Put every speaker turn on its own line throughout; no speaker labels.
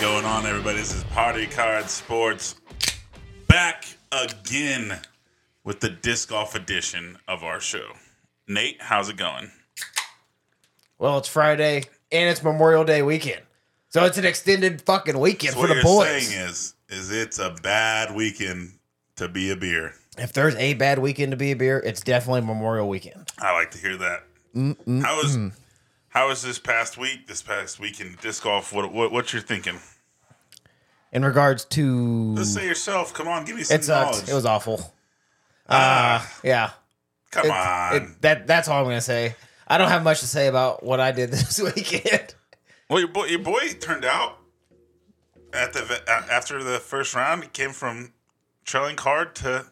everybody. This is Party Card Sports back again with the disc golf edition of our show. Nate, how's it going?
Well, it's Friday and it's Memorial Day weekend. So it's an extended fucking weekend
So
for
what
the
you're
boys.
saying is, is it's a bad weekend to be a beer.
If there's a bad weekend to be a beer, it's definitely Memorial Weekend.
I like to hear that. How was how was this past week? This past weekend disc golf. What what what you're thinking?
In regards to
Let's say yourself. Come on, give me some
it
knowledge. Ah,
sucked. It was awful. Uh, yeah.
Come
It-
on.
it- that that's all I'm gonna say. I don't have much to say about what I did this weekend.
Well, your boy, your boy turned out at the ve- a- after the first round. He came from trailing card to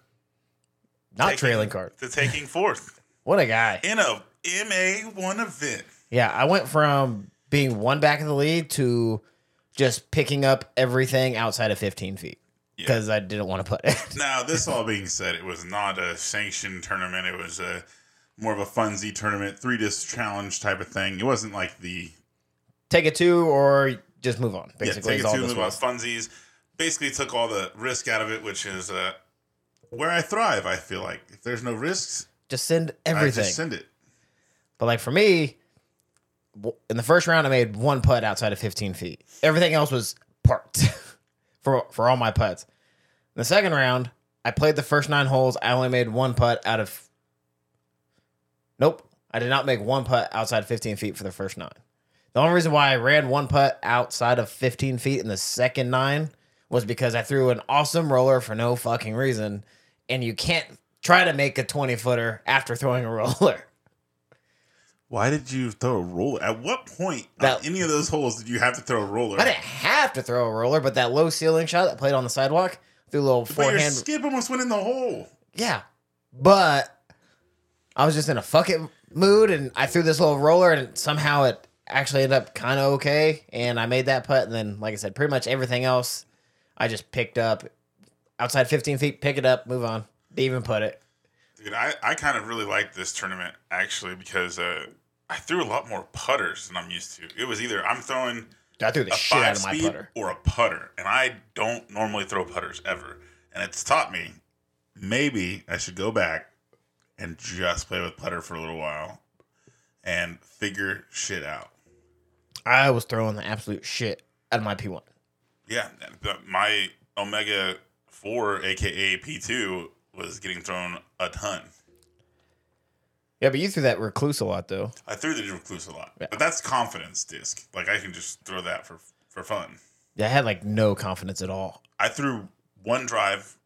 Not
Taking-
trailing card.
to taking fourth
What a guy.
in a MA one event.
Yeah, I went from being one back of the lead to just picking up everything outside of 15 feet
Yeah.
because I didn't want to put it.
Now, this all being said, it was not a sanctioned tournament. It was a more of a funsy tournament, three disc challenge type of thing. It wasn't like the
take a two or just move on.
yeah,
Basically,
take
is
it
all
to
this
move on
was.
funsies. Basically, took all the risk out of it, which is uh, where I thrive. I feel like if there's no risks,
Just send
I
everything.
just send it.
but like for me, w- in the first round, I made one putt outside of 15 feet. Everything else was parked for for all my putts. In the second round, I played the first nine holes. I only made one putt out of. Nope, I did not make one putt outside 15 feet for the first nine. The only reason why I ran one putt outside of 15 feet in the second nine was because I threw an awesome roller for no fucking reason, and you can't try to make a 20 footer after throwing a roller.
Why did you throw a roller? At what point
That-
on any of those holes did you have to throw a roller?
I didn't have to throw a roller, but that low ceiling shot that played on the sidewalk, threw a little
but your
forehand.
skip almost went in the hole.
yeah. But I was just in a fuck it mood and I threw this little roller and somehow it actually ended up kind of okay. And I made that putt. And then, like I said, pretty much everything else I just picked up outside 15 feet, pick it up, move on. They even put it.
Dude, I, I kind of really liked this tournament actually because uh, I threw a lot more putters than I'm used to. It was either I'm throwing
I threw the
a
shit
five
out of my
speed
putter.
or a putter, and I don't normally throw putters ever. And it's taught me maybe I should go back and just play with putter for a little while and figure shit out.
I was throwing the absolute shit out of my P1.
Yeah, but my Omega 4, aka P2, was getting thrown a ton.
Yeah, but you threw that recluse a lot, though.
I threw the recluse a lot,
Yeah.
but that's confidence disc. Like I can just throw that for for fun.
Yeah, I had like no confidence at all.
I threw one drive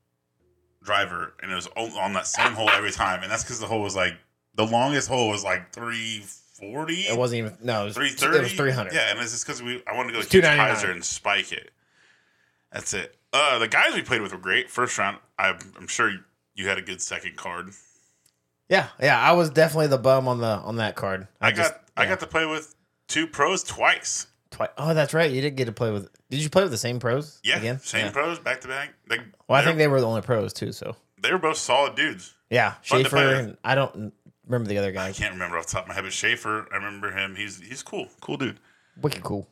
driver, and it was on on that same hole every time, and that's because the hole was like the longest hole was like three forty.
It wasn't even no. It was
three thirty.
It was three hundred.
Yeah, and it's just because we I wanted to go
It's
catch
299.
Kaiser and spike it. That's it. Uh, the guys we played with were great. First round, I'm, I'm sure you had a good second card.
yeah, yeah. I was definitely the bum on the on that card.
I, got
just-
I
yeah,
got to play with two pros twice.
twi- Oh, that's right. You did get to play with. Did you play with the same pros?
Yeah,
again?
same
Yeah.
pros back to back. They,
Well, I
they're-
think they were the only pros too. So
they were both solid dudes.
yeah,
Fun to
Schaefer.
play with.
And I don't n- remember the other
I
guy.
can't remember off the top of my head, but Schaefer, I remember him. He's he's cool, cool dude.
Wicked cool.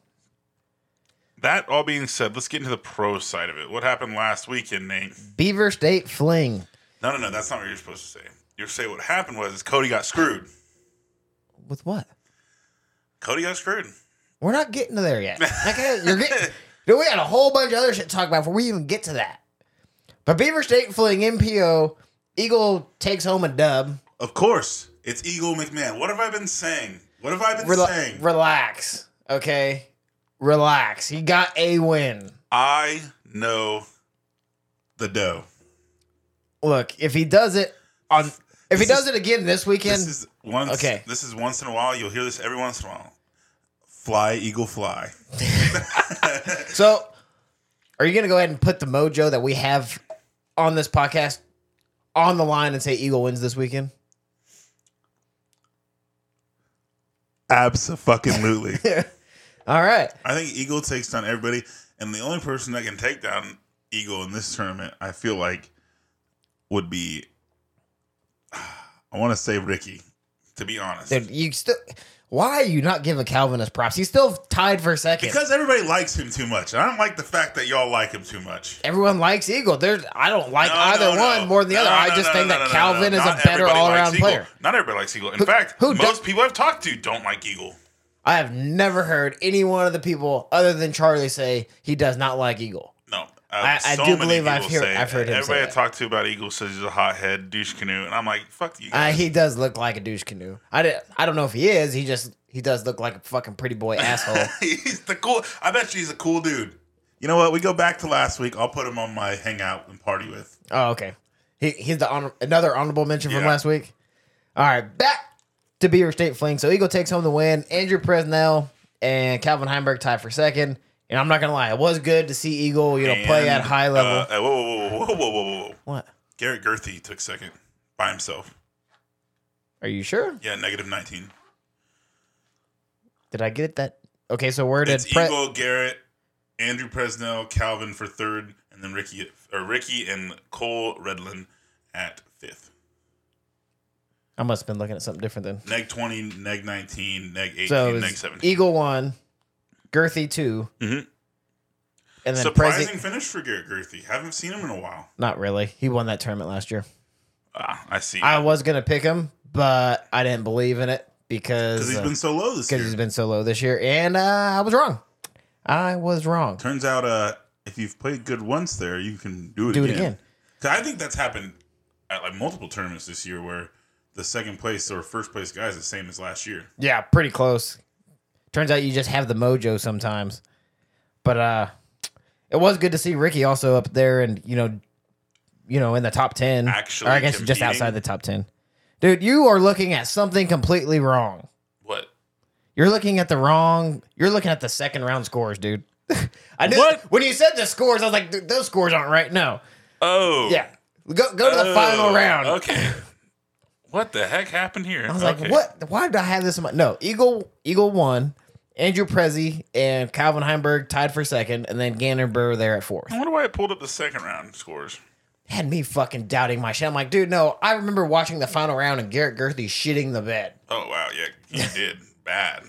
That all being said, let's get into the pro side of it. What happened last weekend, Nate?
Beaver State fling.
No, no, no. That's not what you're supposed to say. You're saying what happened was is Cody got screwed.
With what?
Cody got screwed.
We're not getting to there yet. Okay, you're getting. Dude, we got a whole bunch of other shit to talk about before we even get to that. But Beaver State fling MPO. Eagle takes home a dub.
Of course, it's Eagle McMahon. What have I been saying? What have I been
Rela-
saying?
relax. Okay. Relax. He got a win.
I know the dough.
Look, if he does it on if he
This is-
does it again this weekend,
This is once.
Okay.
This is once in a while. You'll hear this every once in a while. Fly, Eagle, fly.
so are you gonna go ahead and put the mojo that we have on this podcast on the line and say Eagle wins this weekend?
Absolutely.
All right.
I think Eagle takes down everybody, and the only person that can take down Eagle in this tournament, I feel like, would be I want to say Ricky, to be honest.
Dude, you still Why are you not giving Calvin his props? He's still tied for second.
Because everybody likes him too much. And I don't like the fact that y'all like him too much.
Everyone likes Eagle. There's I don't like
No,
either
no, no.
one more than the
No,
other.
no,
I
no,
just
no,
think
no,
that
no, no,
Calvin
no.
is a
Not
better
everybody
all
likes
around
Eagle.
player.
Not everybody likes Eagle. In
Who-
fact,
who
most
do-
people I've talked to don't like Eagle.
I have never heard any one of the people other than Charlie say he does not like Eagle.
No, Uh,
I- I do believe I've hear- I've heard him say
Everybody I
that.
talked to about Eagle says he's a hothead douche canoe, and I'm like, fuck you.
Uh,
guys.
he does look like a douche canoe. I, di- I don't know if he is. He just he does look like a fucking pretty boy asshole.
he's the cool. I bet you he's a cool dude. You know what? We go back to last week. I'll put him on my hangout and party with.
Oh, okay. He, he's the honor, another honorable mention from
Yeah.
last week. All right, back to Beaver State Fling. So Eagle takes home the win. Andrew Presnell and Calvin Heinberg tie for second. And I'm not gonna lie, it was good to see Eagle, you know, play at
And,
high level.
uh, whoa, whoa, whoa, whoa, whoa, whoa, whoa!
what?
Garrett Gerthy took second by himself.
Are you sure?
Yeah, negative nineteen.
Did I get that? Okay, so where did
It's
Pre-
Eagle, Garrett, Andrew Presnell, Calvin for third, and then Ricky or Ricky and Cole Redlin at fifth.
I must have been looking at something different then.
Neg twenty, neg nineteen, neg eighteen,
So it was
neg seventeen.
Eagle one, Girthy 2
Mhm.
and then
Surprising
Prezi.
finish for Garrett Gerthy. Haven't seen him in a while.
Not really. He won that tournament last year.
Ah, I see.
I was gonna pick him, but I didn't believe in it because
Because he's
uh,
been so low this year.
because he's been so low this year, and uh, I was wrong. I was wrong.
Turns out, uh, if you've played good once there, you can do it
Do it
again.
again.
'Cause I think that's happened at like multiple tournaments this year where the second place or first place guy is the same as last year.
Yeah, pretty close. Turns out you just have the mojo sometimes. But uh it was good to see Ricky also up there and you know you know in the top 10.
Actually
or I guess just
competing.
outside the top 10. Dude, you are looking at something completely wrong.
What?
You're looking at the wrong. You're looking at the second round scores, dude. I knew
What?
when you said the scores, I was like, dude, those scores aren't right. No,
Oh.
yeah, go go to the final
Oh,
round.
Okay. What the heck happened here?
I was like, what? Why did I have this in my? No, Eagle Eagle won. Andrew Prezi and Calvin Heinberg tied for second, and then Gannon Burr there at fourth.
I wonder why it pulled up the second round scores.
Had me fucking doubting my shit. I'm like, dude, no. I remember watching the final round and Garrett Gerthy shitting the bed.
Oh wow, yeah, he did bad.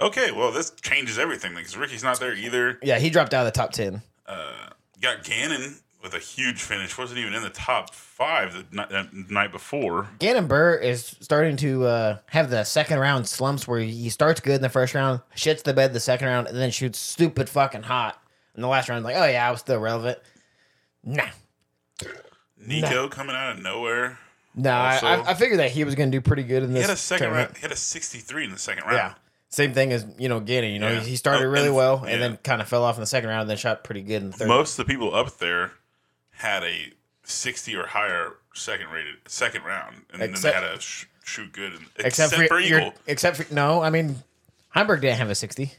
Okay, well this changes everything because Ricky's not there either.
Yeah, he dropped out of the top ten.
Uh, got Gannon with a huge finish. wasn't even in the top five the night, uh, night before.
Gannon Burr is starting to uh, have the second round slumps where he starts good in the first round, shits the bed the second round, and then shoots stupid fucking hot in the last round. Like, oh yeah, I was still relevant. Nah,
Nico coming out of nowhere.
nah. I-
Also-
I, I figured that he was going to do pretty good in
He
this.
had a second
tournament.
round. He had a sixty-three in the second
Yeah.
round.
Same thing as you know Gannon. You know,
Yeah.
he started
Oh,
really
and-
well
yeah.
and then kind of fell off in the second round, and then shot pretty good in the third.
Most of the people up there had a sixty or higher second rated second round, and
Except-
then they had a sh- shoot good. and-
except, for,
for
your-
Eagle.
except for no, I mean, Heimberg didn't have a sixty.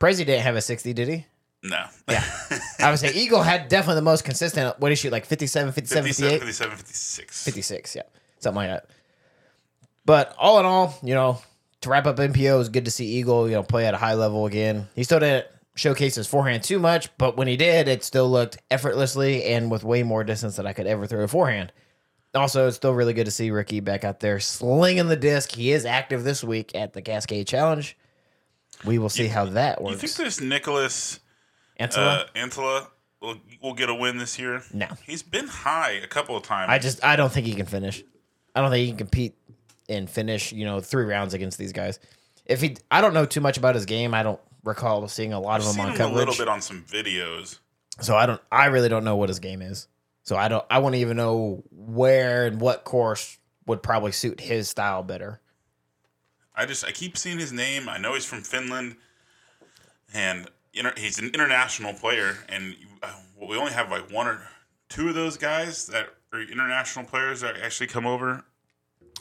Prezi didn't have a sixty, did he?
No.
Yeah. I would say Eagle had definitely the most consistent. What did he shoot? Like 57, 57,
57,
58?
57, 56.
56, yeah. Something like that. But all in all, you know, to wrap up NPO, it was good to see Eagle, you know, play at a high level again. He still didn't showcase his forehand too much, but when he did, it still looked effortlessly and with way more distance than I could ever throw a forehand. Also, it's still really good to see Ricky back out there slinging the disc. He is active this week at the Cascade Challenge. We will see how that
You
works.
think this Nicholas
Antela?
uh, Antela will, will get a win this year?
no.
He's been high a couple of times.
I just I don't think he can finish. I don't think he can compete and finish, you know, three rounds against these guys. If he I don't know too much about his game. I don't recall seeing a lot of
I've
him
seen
on
him a little
coverage.
bit on some videos.
So I don't I really don't know what his game is. So I don't I wouldn't even know where and what course would probably suit his style better.
I just I keep seeing his name. I know he's from Finland, and inter- he's an international player. And you- uh, we only have like one or two of those guys that are international players that actually come over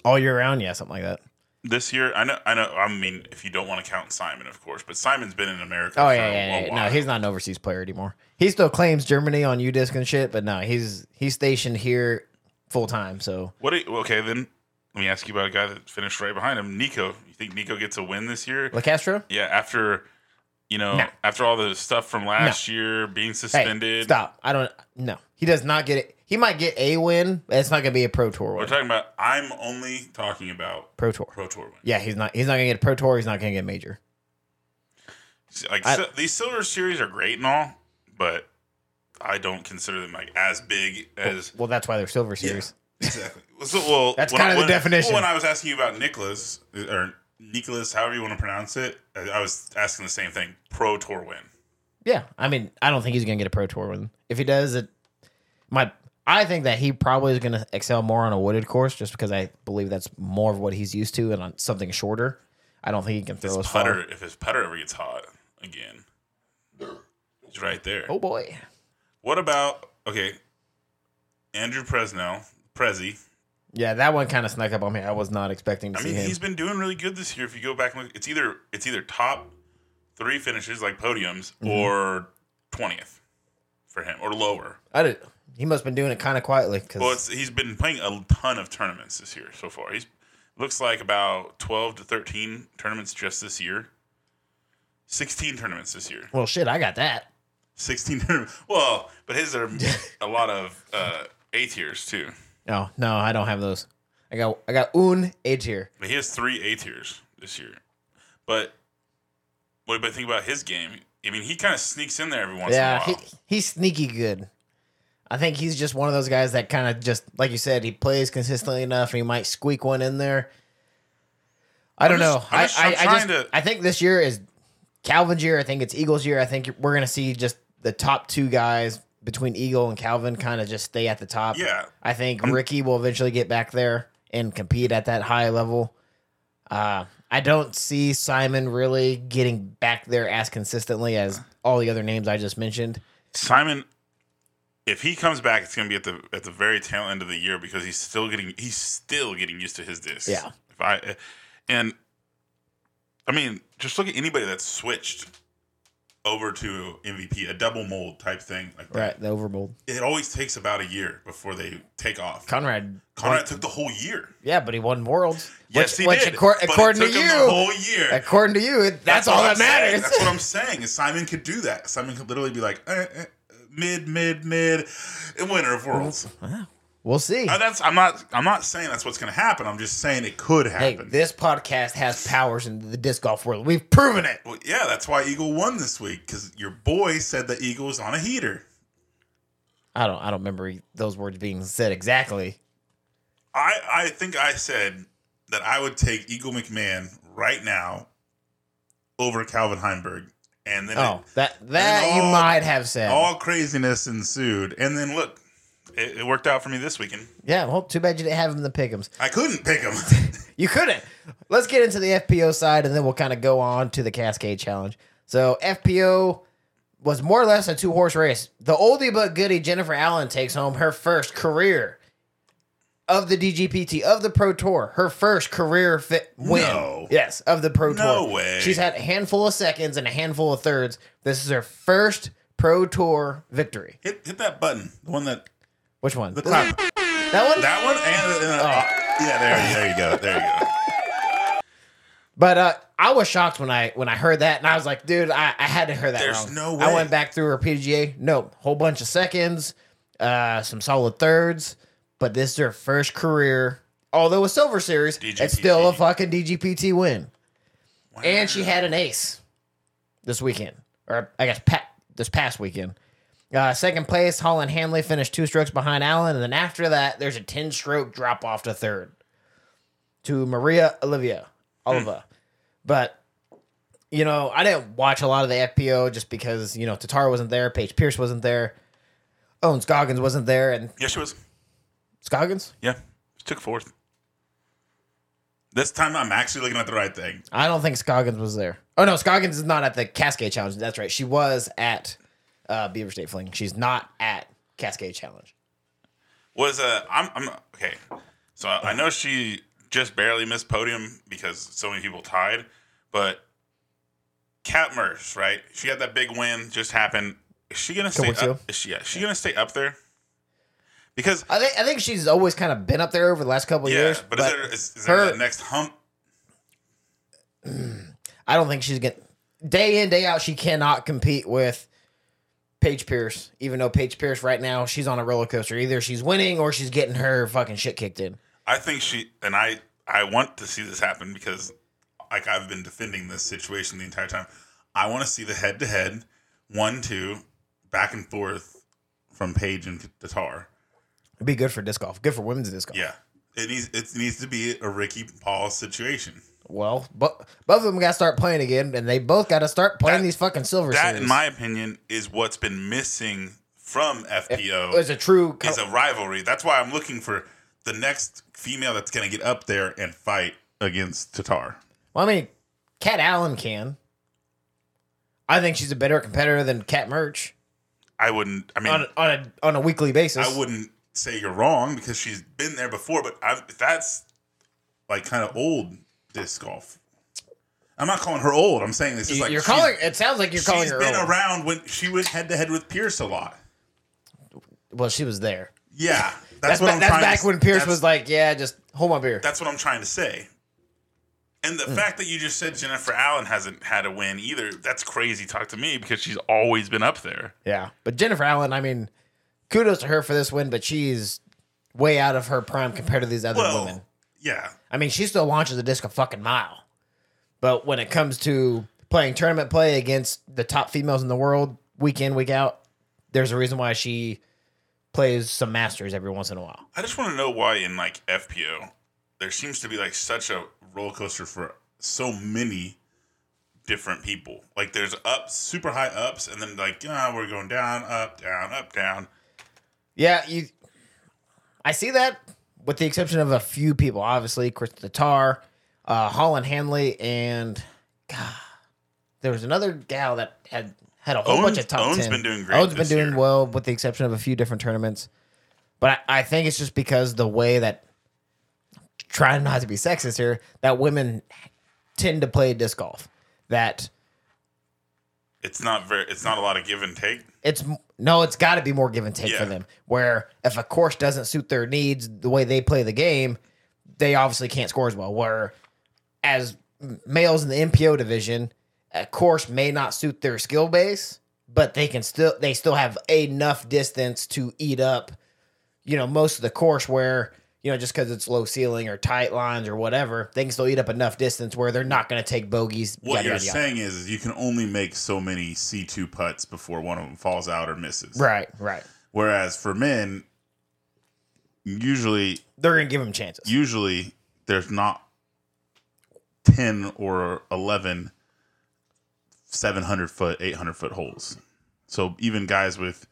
All year round, yeah, something like that.
this year. I know. I know. I mean, if you don't want to count Simon, of course, but Simon's been in America.
Oh
for
yeah,
a
yeah, yeah.
while.
no, he's not an overseas player anymore. He still claims Germany on U disc and shit, but no, he's he's stationed here full time. So
What? Do you, okay, then let me ask you about a guy that finished right behind him, Nico. You think Nico gets a win this year?
LaCastro?
yeah, after You know,
No.
after all the stuff from last year, being suspended.
Hey, stop. I don't. No, he does not get it. He might get a win, but it's not going to be a pro tour
We're
win.
talking about. I'm only talking about
Pro tour.
pro tour wins.
Yeah, he's not. He's not going to get a pro tour. He's not going to get a major.
Like
I-
si- these silver series are great and all, but I don't consider them like as big as
Well, that's why they're silver series.
exactly. So, well,
That's
when I-
kinda the
when-
definition.
When I was asking you about Nicholas or Nicholas, however you want to pronounce it, I I was asking the same thing. Pro tour win.
Yeah. I mean, I don't think he's going to get a pro tour win. If he does, it my I think that he probably is going to excel more on a wooded course, just because I believe that's more of what he's used to, and on something shorter. I don't think he can
His
throw as
putter,
far.
if his putter ever gets hot again, it's right there.
Oh boy.
What about okay, Andrew Presnell, Prezi?
Yeah, that one kind of snuck up on me. I was not expecting to
I
see
mean,
him.
he's been doing really good this year. If you go back and look, it's either it's either top three finishes like podiums or twentieth for him or lower.
I did. He must have been doing it kind of quietly because
Well, it's, he's been playing a ton of tournaments this year so far. He's looks like about twelve to thirteen tournaments just this year. Sixteen tournaments this year.
well, shit, I got that.
16 tournament- Well, but his are a lot of uh, A tiers too.
Oh no, I don't have those. I got I got un A tier.
But he has three A tiers this year. But what do you think about his game? I mean, he kind of sneaks in there every once
Yeah,
in a
he,
while.
he's sneaky good. I think he's just one of those guys that kind of just like you said, he plays consistently enough, and he might squeak one in there. I don't
just-
know.
I'm
I
just-
I,
I'm
I
trying
just
to-
I think this year is Calvin's year. I think it's Eagles year. I think we're gonna see just the top two guys between Eagle and Calvin kind of just stay at the top.
yeah,
I think Ricky will eventually get back there and compete at that high level. Uh, I don't see Simon really getting back there as consistently as all the other names I just mentioned.
Simon. If he comes back, it's going to be at the at the very tail end of the year because he's still getting he's still getting used to his discs.
Yeah.
If I and I mean, just look at anybody that's switched over to MVP, a double mold type thing like that.
Right, the overbold
It always takes about a year before they take off.
Conrad.
Conrad took the whole year.
yeah, but he won worlds.
Yes,
which,
he
which
did.
accor-
but it
according
took
to
him the
you,
whole year.
according to you, it, that's, all
what
that
I'm saying.
matters.
That's what I'm saying. Is Simon could do that. Simon could literally be like, eh, eh, mid, mid, mid, and winner of worlds.
We'll see.
Uh, that's I'm not I'm not saying that's what's going to happen. I'm just saying it could
Hey,
happen.
this podcast has powers in the disc golf world. We've proven it.
well, yeah, that's why Eagle won this week because your boy said the Eagle was on a heater.
I don't. I don't remember those words being said exactly.
I I think I said that I would take Eagle McMahon right now over Calvin Heinberg, and then it-
Oh, that that
And
you
all-
might have said.
all craziness ensued. And then look, it, it worked out for me this weekend.
Yeah, well, too bad you didn't have him in the pickums.
I couldn't pick him.
You couldn't. Let's get into the FPO side, and then we'll kind of go on to the Cascade Challenge. So FPO was more or less a two horse race. The oldie but goodie Jennifer Allen takes home her first career of the DGPT of the Pro Tour, her first career fit win.
No.
Yes, of the Pro
No
Tour.
way.
She's had a handful of seconds and a handful of thirds. This is her first Pro Tour victory.
hit, hit that button, the one that
Which one?
the clap.
That one.
That one and, and uh, yeah, there, there you go, there you go.
But uh, I was shocked when I when I heard that, and I was like, dude, I, I had to hear that.
There's
wrong.
no
I
way.
went back through her PGA. Nope, whole bunch of seconds, uh, some solid thirds. But this is her first career, although a silver series, it's still a
DGPT.
fucking DGPT win. And she had an ace this weekend, or I guess pa- this past weekend. Uh, second place, Holland Hanley finished two strokes behind Allen, and then after that, there's a ten stroke drop off to third to Maria Olivia Oliva. But you know, I didn't watch a lot of the FPO just because you know Tatar wasn't there, Paige Pierce wasn't there, Owens Goggins Oh, wasn't there, and
Yeah, she was.
Scoggins.
Yeah, she took fourth. This time I'm actually looking at the right thing.
I don't think Scoggins was there. Oh no, Scoggins is not at the Cascade Challenge. That's right. She was at uh, Beaver State Fling. She's not at Cascade Challenge.
Was uh, I'm I'm okay. So I, I know she just barely missed podium because so many people tied, but Kat Merce, right? She had that big win just happened. Is she gonna stay?
weeks ago?
Up, is she, yeah, is she gonna stay up there? Because
I think I think she's always kind of been up there over the last couple of
yeah,
years.
but, is there, is, is
her-
there the next hump?
I don't think she's getting. day in day out she cannot compete with Paige Pierce. Even though Paige Pierce right now she's on a roller coaster. Either she's winning or she's getting her fucking shit kicked in.
I think she and I I want to see this happen because like I've been defending this situation the entire time. I want to see the head to head, one two, back and forth from Paige and Tatar.
It'd be good for disc golf. Good for women's disc golf.
Yeah, it needs it needs to be a Ricky Paul situation.
Well, but both of them got to start playing again, and they both got to start playing
That-
these fucking silver
That,
series.
in my opinion, is what's been missing from FPO.
it was a true. co-
is a rivalry. That's why I'm looking for the next female that's going to get up there and fight against Tatar.
well, I mean, Kat Allen can. I think she's a better competitor than Kat Merch
I wouldn't. I mean,
on on a on a weekly basis.
I wouldn't say you're wrong because she's been there before. But I, that's like kind of old disc golf. I'm not calling her old. I'm saying this is
You-
like
you're
she's-
calling. It sounds like you're calling
she's
her.
been
old.
around when she went head to head with Pierce a lot.
Well, she was there.
Yeah,
That's
what
ba-
I'm
that's
trying to
back
s-
when Pierce
that's-
was like, "Yeah, just hold my beer."
That's what I'm trying to say. And
Mm.
the fact that you just said Jennifer Allen hasn't had a win either, that's crazy talk to me because she's always been up there.
Yeah, but Jennifer Allen. I mean, kudos to her for this win, but she's way out of her prime compared to these other
Well,
women.
yeah.
I mean, she still launches a disc a fucking mile. But when it comes to playing tournament play against the top females in the world, week in, week out, there's a reason why she plays some masters every once in a while.
I just want to know why in like FPO there seems to be like such a roller coaster for so many different people. Like there's ups, super high ups, and then like ah, we're going down, up, down, up, down.
Yeah, you. I see that, with the exception of a few people, obviously Chris Tatar, uh, Holland Hanley, and God, there was another gal that had had a whole bunch
Owen's-
of top
Owen's
10.
been doing great
Owen's been
this
doing
year.
well, with the exception of a few different tournaments. But I, I think it's just because the way that trying not to be sexist here that women tend to play disc golf that
It's not very. It's not a lot of give and take.
it's no, it's got to be more give and take
Yeah.
for them. Where if a course doesn't suit their needs, the way they play the game, they obviously can't score as well. Where as m- males in the MPO division, a course may not suit their skill base, but they can still they still have enough distance to eat up, you know, most of the course where you know just because it's low ceiling or tight lines or whatever, they can still eat up enough distance where they're not going to take bogeys.
What
yada,
you're
yada, yada.
saying is, is you can only make so many C two putts before one of them falls out or misses.
right, right.
Whereas for men, usually
They're going to give them chances.
usually there's not 10 or 11 700 foot 800 foot holes so even guys with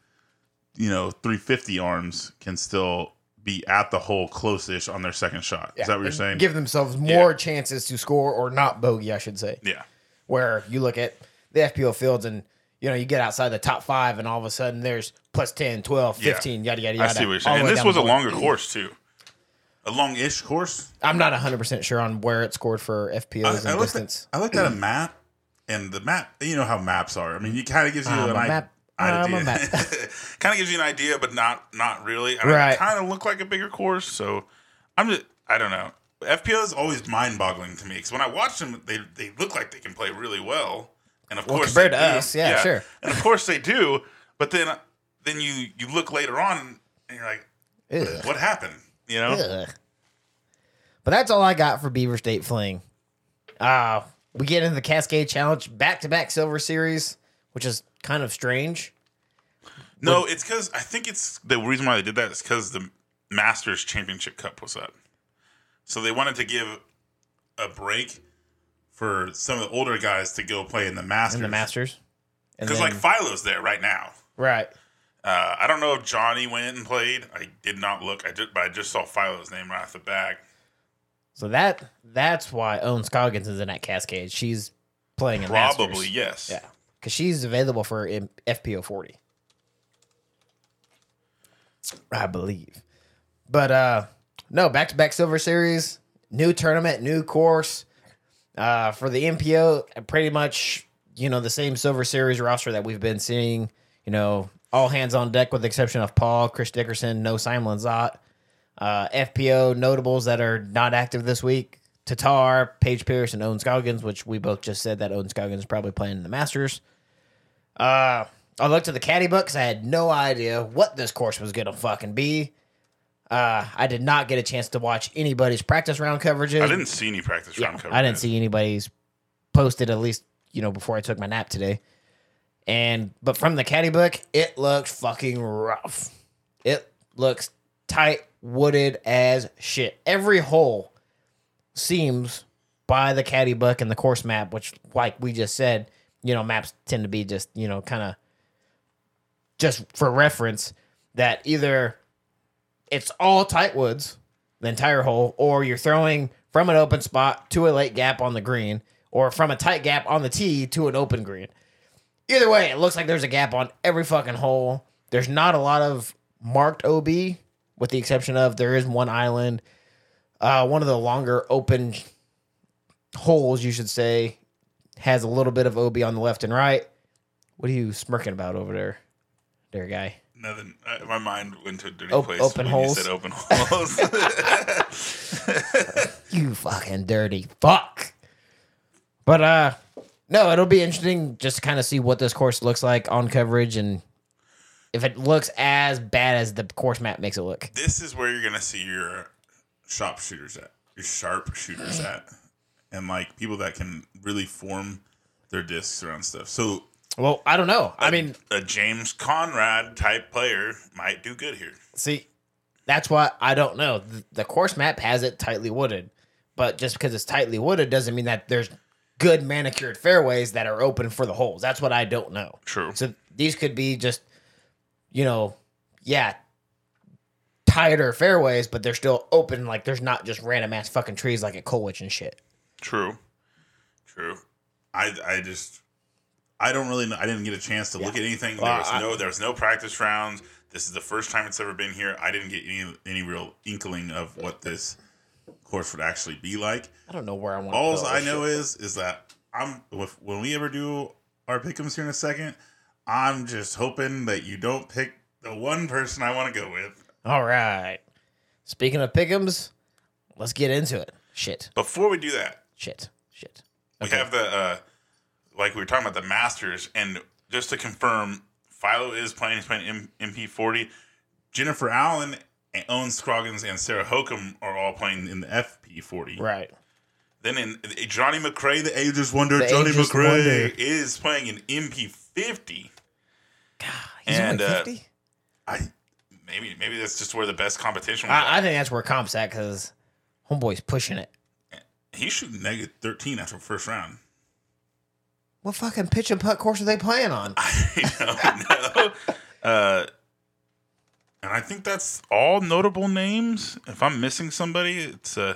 you know 350 arms can still be at the hole close-ish on their second shot is that what you're saying
Give themselves
Yeah.
more chances to score or not bogey, I should say.
yeah
Where you look at the FPO fields and you know, you get outside the top five and all of a sudden there's plus 10, 12,
Yeah.
15, yada, yada,
i see
yada.
what you're
all
saying
the
and
way
this
down
was
the
a
board.
longer course too a long-ish course
I'm not 100% sure on where it scored for FPOs
I, I, looked
and distance.
at, I looked at a map and the map you know how maps are i mean it kind of gives you
I'm
an
a
i-
map. I'm
idea
a map.
kind of gives you an idea but not not really and
Right.
it kind of looked like a bigger course so i'm just i don't know fpo is always mind-boggling to me because when i watch them they, they look like they can play really well and of course
compared
they
to
do.
us, yeah, sure.
and of course they do but then then you you look later on and you're like
Ugh.
what happened you know
Ugh. But that's all I got for Beaver State Fling. Uh, we get into the Cascade Challenge back to back Silver Series, which is kind of strange.
No, it's because I think it's the reason why they did that is because the Masters Championship Cup was up, so they wanted to give a break for some of the older guys to go play in the Masters.
in the Masters. And
because
then-
like Philo's there right now.
right.
Uh, I don't know if Johnny went and played. I did not look. I just, but I just saw Philo's name right off the back.
So that that's why Owen Scoggins is in that Cascade. She's playing in
Probably
Masters.
yes.
yeah, because she's available for M- FPO forty, I believe. But uh no, back to back Silver Series, new tournament, new course uh, for the MPO. Pretty much, you know, the same Silver Series roster that we've been seeing. You know, all hands on deck with the exception of Paul, Chris Dickerson, no Simon Zott. Uh, FPO notables that are not active this week. Tatar, Paige Pierce, and Owen Scoggins, which we both just said that Owen Scoggins is probably playing in the Masters. Uh, I looked at the caddy book because I had no idea what this course was going to fucking be. Uh, I did not get a chance to watch anybody's practice round coverages.
I didn't see any practice
Yeah,
round coverage.
I didn't see anybody's posted at least you know before I took my nap today. And but from the caddy book, it looked fucking rough. It looks tight, wooded as shit. Every hole seems by the caddy book and the course map, which like we just said, you know, maps tend to be just you know kind of just for reference that either it's all tight woods the entire hole, or you're throwing from an open spot to a late gap on the green, or from a tight gap on the tee to an open green. Either way, it looks like there's a gap on every fucking hole. There's not a lot of marked OB, with the exception of there is one island, uh, one of the longer open holes, you should say, has a little bit of OB on the left and right. What are you smirking about over there, there, guy?
Nothing. I, my mind went to a dirty
Op-
place. when
open holes.
You said open holes.
You fucking dirty fuck. But uh no, it'll be interesting just to kind of see what this course looks like on coverage and if it looks as bad as the course map makes it look.
this is where you're gonna see your sharpshooters at, your sharp shooters at, and like people that can really form their discs around stuff. So
Well, I don't know. I mean,
a James Conrad type player might do good here.
see, that's why I don't know. The, the course map has it tightly wooded, but just because it's tightly wooded doesn't mean that there's good manicured fairways that are open for the holes. That's what I don't know.
True.
So these could be just, you know, yeah, tighter fairways, but they're still open. Like there's not just random ass fucking trees like at Colwich and shit.
True. True. I I just I don't really know. I didn't get a chance to look at anything. There
Well,
was
I-
no there was no practice rounds. This is the first time it's ever been here. I didn't get any any real inkling of what this course would actually be like.
I don't know where I want.
All I know is is that I'm if- when we ever do our pickems here in a second, I'm just hoping that you don't pick the one person I want to go with.
All right. Speaking of pickums, let's get into it. Shit,
Before we do that,
shit, shit.
We have the uh, like we were talking about the Masters, and just to confirm, Philo is playing. He's playing M- MP40. Jennifer Allen, and Owen Scroggins, and Sarah Hokum are all playing in the FP40.
Right.
Then in Johnny McRae, the ageless wonder,
The
Johnny
ageless
McRae
wonder.
is playing in MP50.
God,
he's only And, uh,
50?
50? I maybe maybe that's just where the best competition. Was.
I, I think that's where comp's at because homeboy's pushing it.
He's shooting negative 13 after first round.
What fucking pitch and putt course are they playing on?
I don't know. Uh, and I think that's all notable names. If I'm missing somebody, it's uh,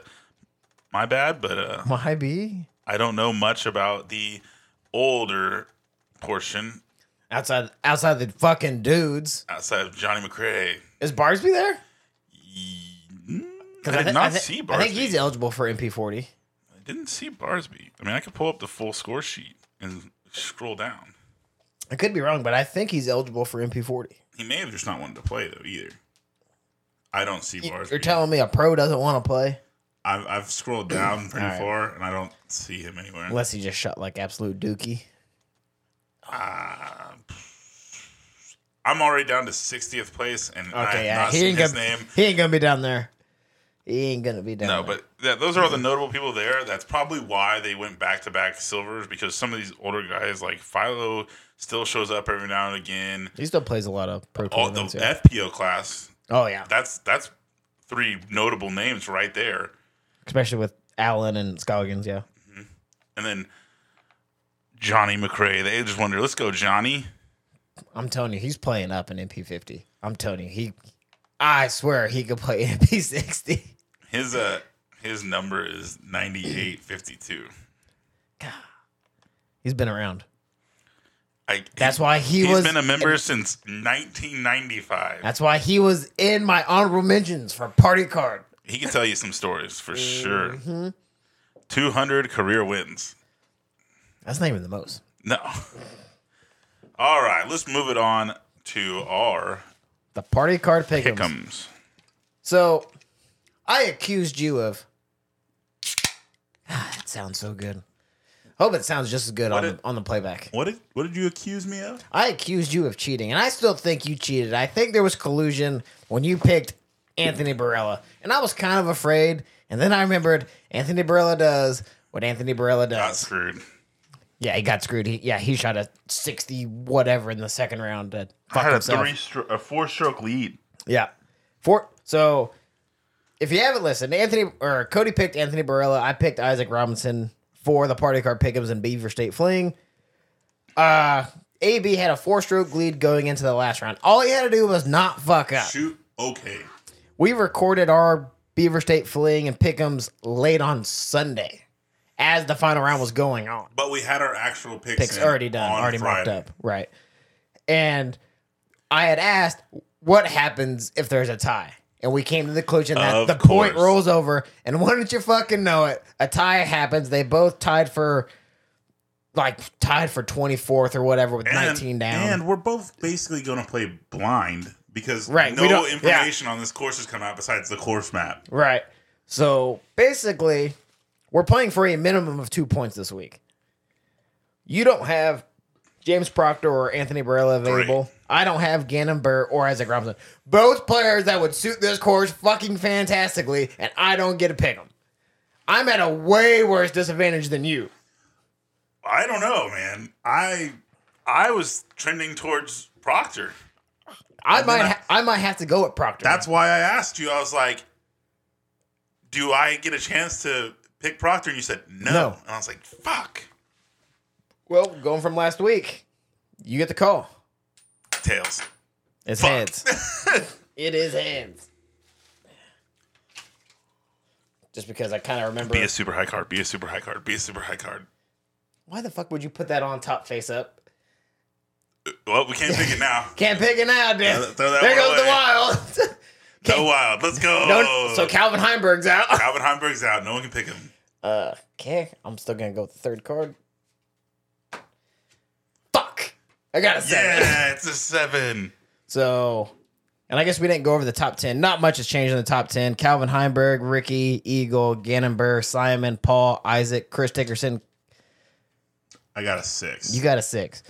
my bad. But uh,
My B.
I don't know much about the older portion
Outside, outside the fucking dudes.
outside of Johnny McRae.
Is Barsby there?
Mm, I
'Cause
did
thi-
not
thi-
see Barsby.
I think he's eligible for MP40.
I didn't see Barsby. I mean, I could pull up the full score sheet and scroll down.
I could be wrong, but I think he's eligible for MP40.
He may have just not wanted to play though either. I don't see
You-
Barsby.
You're telling me a pro doesn't want to play
I've, I've scrolled down pretty
All right.
far and I don't see him anywhere.
unless he just shot like absolute dookie.
Uh, I'm already down to 60th place, and I have
Okay, yeah,
not
he
seen
ain't
his
gonna
name.
he ain't gonna be down there. He ain't gonna be down.
No,
there.
but yeah, those are all the notable people there. That's probably why they went back to back silvers because some of these older guys, like Philo, still shows up every now and again.
he still plays a lot of pro
All the
tournaments. yeah.
FPO class,
oh yeah,
that's that's three notable names right there.
especially with Allen and Scoggins. Yeah,
And then Johnny McRae, they just wonder, let's go, Johnny.
I'm telling you, he's playing up in MP50. I'm telling you, he. I swear he could play MP60.
His uh his number is 9852.
He's been around.
I,
That's why he
He's
was
been a member since 1995.
That's why he was in my honorable mentions for party card.
He can tell you some stories for sure.
Mm-hmm.
200 career wins.
That's not even the most.
No. All right, let's move it on to our
The party card pickums.
pickums.
So I accused you of Ah, that sounds so good. Hope it sounds just as good on,
What
the, on the playback.
What did what did you accuse me of?
I accused you of cheating, and I still think you cheated. I think there was collusion when you picked Anthony Barella, and I was kind of afraid. And then I remembered Anthony Barella does what Anthony
Got
Barella does.
screwed.
Yeah, he got screwed. He, yeah, he shot a sixty whatever in the second round. To
I
fuck
had a
himself.
three, stro- a four stroke lead.
Yeah. Four. So if you haven't listened, Anthony or Cody picked Anthony Barella. I picked Isaac Robinson for the party card pickups in Beaver State Fling. Uh, AB had a four stroke lead going into the last round. All he had to do was not fuck up.
Shoot, okay.
We recorded our Beaver State Fling and pickums late on Sunday as the final round was going on
But we had our actual picks,
picks
in
already done,
on
already marked
Friday.
up, right? And I had asked what happens if there's a tie, and we came to the conclusion that
Of
the point
course.
rolls over. And why don't you fucking know it? A tie happens. They both tied for like tied for twenty fourth or whatever with
And-
nineteen down.
And we're both basically going to play blind because
Right, we
no
don't- yeah.
information on this course has come out besides the course map.
Right. So basically, we're playing for a minimum of two points this week. You don't have James Proctor or Anthony Barella available. I don't have Gannon Burr or Isaac Robinson. Both players that would suit this course fucking fantastically, and I don't get to pick them. I'm at a way worse disadvantage than you.
I don't know, man. I I was trending towards Proctor.
I might
I-
ha- I might have to go with Proctor.
That's why I asked you. I was like, "Do I get a chance to pick Proctor?" And you said no.
No.
And I was like, "Fuck,
well going from last week. You get the call.
tails."
It's
Fuck.
hands. it is hands. Just because I kind of remember.
Be a super high card. Be a super high card. Be a super high card.
Why the fuck would you put that on top face up?
Well, we can't pick it now.
Can't pick it now, dude.
Throw- throw that
there goes
one
the
away. Oh.
wild.
Go wild. Let's go.
No- so Calvin Heinberg's out.
Calvin Heinberg's out. No one can pick him.
Uh, okay, I'm still gonna go with the third card. Fuck, I got a seven.
Yeah, it's a seven.
So, and I guess we didn't go over the top 10. Not much has changed in the top 10. Calvin Heinberg, Ricky, Eagle, Gannon Burr, Simon, Paul, Isaac, Chris Dickerson.
I got a six.
You got a six.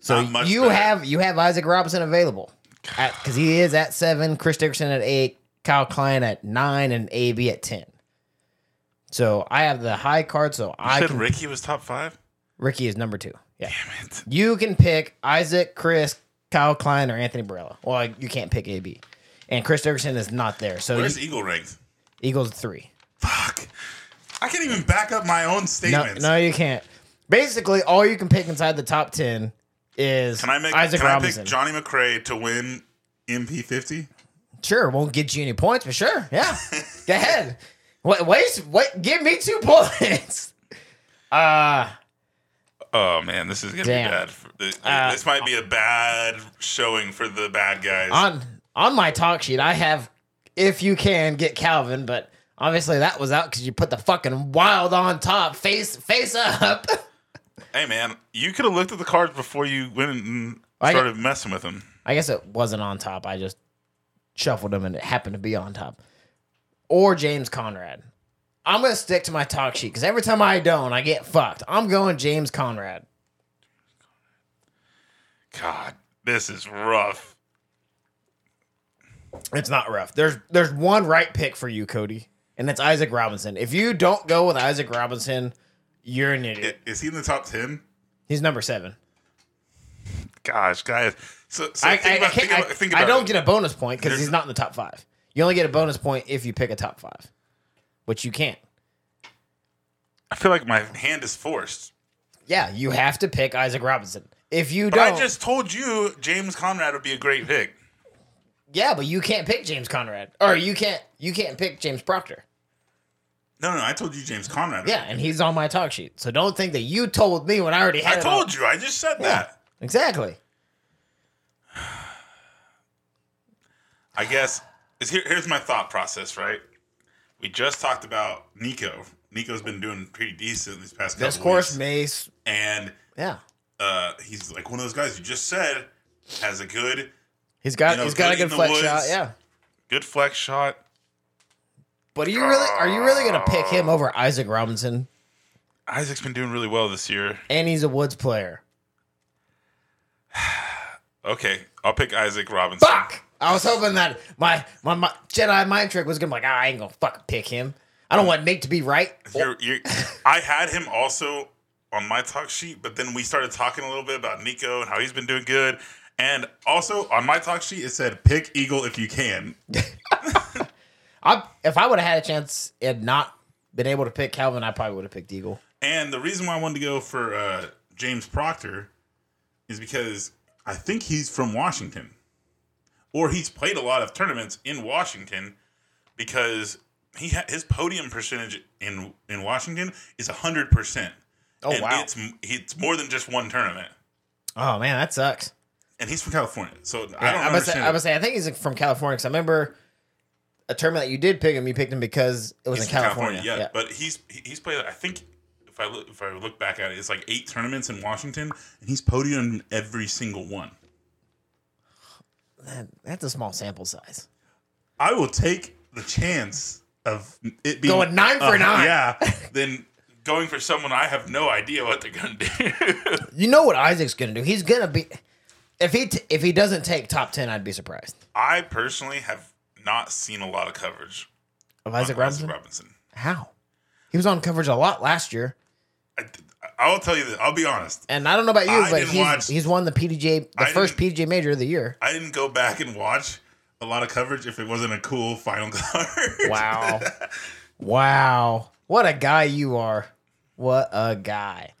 So
Not much
you
better.
have you have Isaac Robinson available because he is at seven, Chris Dickerson at eight, Kyle Klein at nine, and AB at ten. So I have the high card. So
You
I
said
can,
Ricky was top five.
Ricky is number two. Yeah,
Damn it.
you can pick Isaac, Chris, Kyle Klein, or Anthony Barella. Well, you can't pick AB, and Chris Dickerson is not there. So
Where's
you-
Eagle ranked?
Eagles three.
Fuck. I can't even back up my own
No,
statements.
no, you can't. Basically, all you can pick inside the top ten is
Can I make?
Isaac
can
Robinson.
I pick Johnny McRae to win MP50?
Sure, won't get you any points, but sure, yeah. Go ahead. Wait, wait, wait, give me two points. Uh
Oh man, this is gonna
Damn.
be bad. for- th-
Uh,
this might be a bad showing for the bad guys.
on on my talk sheet, I have if you can get Calvin, but obviously that was out because you put the fucking wild on top, face face up.
hey man, you could have looked at the cards before you went and
I got-
started messing with them.
I guess it wasn't on top. I just shuffled them and it happened to be on top. Or James Conrad. I'm gonna stick to my talk sheet because every time I don't, I get fucked. I'm going James Conrad.
God, this is rough.
It's not rough. There's there's one right pick for you, Cody, and it's Isaac Robinson. If you don't go with Isaac Robinson, you're an
I-
idiot.
Is he in the top ten?
He's number seven.
Gosh, guys. So, so
I,
think
I,
about,
I
think
can't- I-
about, think
I
about
don't
it.
get a bonus point because
There's-
he's not in the top five. You only get a bonus point if you pick a top five, which you can't.
I feel like my hand is forced.
Yeah, you have to pick Isaac Robinson. If you
But
don't,
I just told you James Conrad would be a great pick.
yeah, but you can't pick James Conrad, or you can't you can't pick James Proctor.
No, no, I told you James Conrad.
Yeah, and he's on my talk sheet, so don't think that you told me when I already had.
I
it on-
told you. I just said that.
exactly.
I guess is here, here's my thought process, right? We just talked about Nico. Nico's been doing pretty decent these past couple
This course,
weeks.
Mace.
and
Yeah,
uh, he's like one of those guys you just said has a good
He's got
You know,
he's got a
good in
good
the
flex
woods.
shot. Yeah,
good flex shot.
But are you really are you really gonna pick him over Isaac Robinson?
Isaac's been doing really well this year.
And he's a Woods player.
Okay, I'll pick Isaac Robinson.
Fuck! I was hoping that my my, my Jedi mind trick was gonna be like, "Ah, I ain't gonna fucking pick him. I don't want Nate to be right.
You're, you're, I had him also on my talk sheet, but then we started talking a little bit about Nico and how he's been doing good. And also on my talk sheet, it said pick Eagle if you can.
I, if I would have had a chance and not been able to pick Calvin, I probably would have picked Eagle.
And the reason why I wanted to go for uh, James Proctor is because I think he's from Washington, or he's played a lot of tournaments in Washington because he ha- his podium percentage in in Washington is hundred percent.
Oh,
and
wow.
It's m- it's more than just one tournament,
Oh man, that sucks.
and he's from California, so I
Yeah,
don't
I was
understand.
I was saying I think he's from California because I remember a tournament that you did pick him. You picked him because it was
he's
in
from
California.
yeah, But he's he- he's played. I think if I look, if I look back at it, it's like eight tournaments in Washington, and he's podium in every single one.
That- that's a small sample size.
I will take the chance of it being
Going nine for
uh,
nine.
Yeah, then going for someone I have no idea what they're gonna do.
You know what Isaac's gonna do? He's gonna be if he t- if he doesn't take top ten, I'd be surprised.
I personally have not seen a lot of coverage
Of
on
Isaac Robinson,
Robinson.
how he was on coverage a lot last year,
I, I'll tell you this. I'll be honest.
and I don't know about you,
I
but
didn't
he's
watch-
he's won the PDJ the
I
first PDJ major of the year.
I didn't go back and watch a lot of coverage if it wasn't a cool final card.
Wow, wow, what a guy you are! What a guy.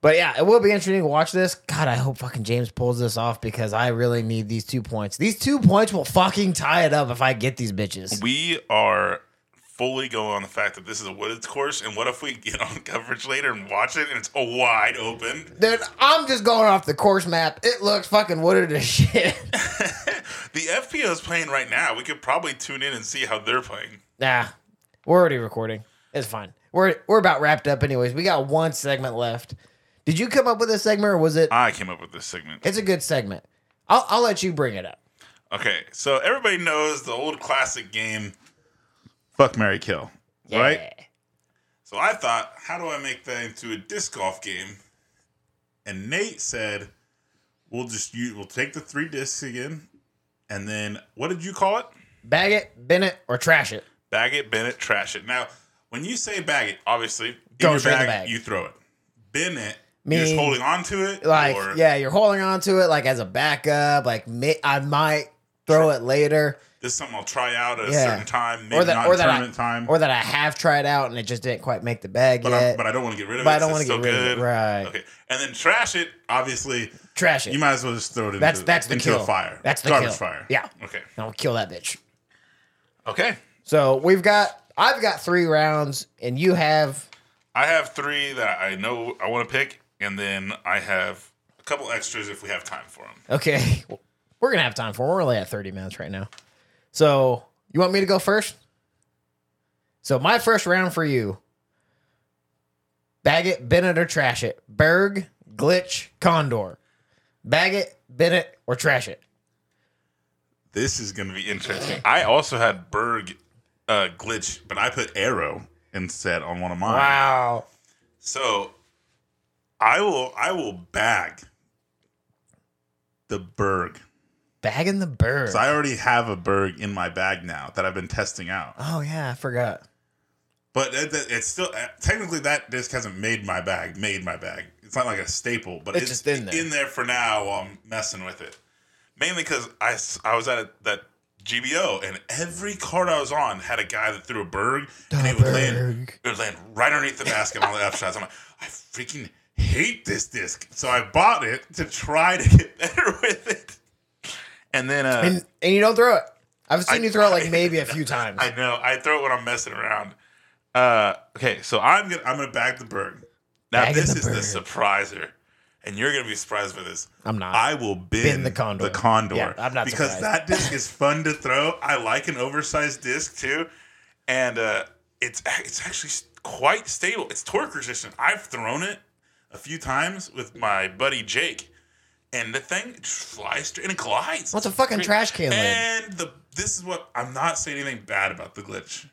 But yeah, it will be interesting to watch this. God, I hope fucking James pulls this off because I really need these two points. These two points will fucking tie it up if I get these bitches.
We are fully going on the fact that this is a wooded course, and what if we get on coverage later and watch it and it's all wide open?
Dude, I'm just going off the course map. It looks fucking wooded as shit.
The FPO is playing right now. We could probably tune in and see how they're playing.
nah, we're already recording. It's fine. We're we're about wrapped up, anyways. We got one segment left. Did you come up with a segment, or was it?
I came up with this segment.
It's a good segment. I'll I'll let you bring it up.
Okay, so everybody knows the old classic game, fuck Mary Kill,
Yeah.
right? So I thought, how do I make that into a disc golf game? And Nate said, "We'll just you we'll take the three discs again, and then what did you call it?
Bag it, bin it, or trash it.
Bag it, bin it, trash it. Now, when you say bag it, obviously in your
Goes right in
bag,
the bag.
you throw it. Bin it, you're
Mean-
just holding on to it.
Like
or
yeah, you're holding on to it like as a backup. Like may, I might throw it later,
this is something I'll try out at a
Yeah.
certain time, maybe
that-
not
or
in
that I-
tournament time.
or that I have tried out and it just didn't quite make the bag
but,
yet.
I, but I don't want to get rid of
But
it.
I don't
so it's
wanna get
still
rid of it,
good.
right.
Okay. And then trash it. Obviously,
trash it.
you might as well just throw it
That's-
into,
that's the
into
kill.
a fire.
That's the
garbage
kill.
fire.
Yeah.
Okay.
Don't kill that bitch.
Okay.
So we've got I've got three rounds, and you have
I have three that I know I want to pick, and then I have a couple extras if we have time for them.
okay. We're gonna have time for. it. We're only at thirty minutes right now. So you want me to go first? So my first round for you. Bag it, bin it, or trash it. Berg, glitch, condor. Bag it, bin it, or trash it.
This is going to be interesting. I also had Berg uh, glitch, but I put arrow instead on one of mine.
Wow.
So I will I will bag the Berg.
Bagging the bird.
So I already have a Berg in my bag now that I've been testing out.
oh yeah, I forgot.
But it, it- it's still uh, technically that disc hasn't made my bag. Made my bag. It's not like a staple, but
It's
it's,
just in there.
for now. While I'm messing with it, mainly because I, s- I was at a, that GBO and every card I was on had a guy that threw a berg and it would land.
Berg.
It would land right underneath the basket on the up shots. I'm like, I freaking hate this disc. So I bought it to try to get better with it. And then uh,
And and you don't throw it. I've seen
I-
you throw it like
I-
maybe a few times.
I know. I throw it when I'm messing around. Uh, okay, so I'm gonna I'm gonna bag the bird. Now
Bagging
this
the
is the
bird.
surpriser, and you're gonna be surprised by this.
I'm not.
I will bin,
the condor.
The condor.
Yeah, I'm not
because
surprised.
that disc is fun to throw. I like an oversized disc too, and uh, it's ac- it's actually s- quite stable. It's torque resistant. I've thrown it a few times with my buddy Jake, and the thing just flies straight and it collides. Eh.
What's a fucking trash can lid?
And the the this is what I'm not saying anything bad about the glitch.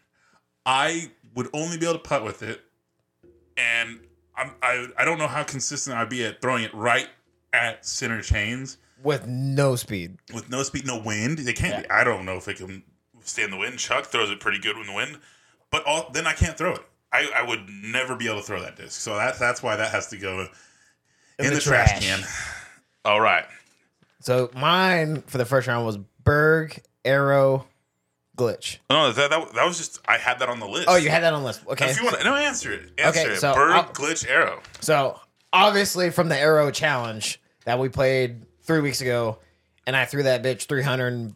I would only be able to putt with it, and I'm, I I don't know how consistent I'd be at throwing it right at center chains
with no speed.
with no speed, no wind. They can't. Be. I don't know if it can withstand the wind. Chuck throws it pretty good in the wind, but all, then I can't throw it. I, I would never be able to throw that disc. So that's that's why that has to go in, the, trash. can. All right.
So mine for the first round was Berg Arrow Glitch.
No, that, that that was just I had that on the list.
Oh, you had that on the list. Okay.
If you want to, no, answer it. Answer
Okay,
it.
so
Bird
I'll-
glitch arrow.
So obviously from the arrow challenge that we played three weeks ago, and I threw that bitch three hundred.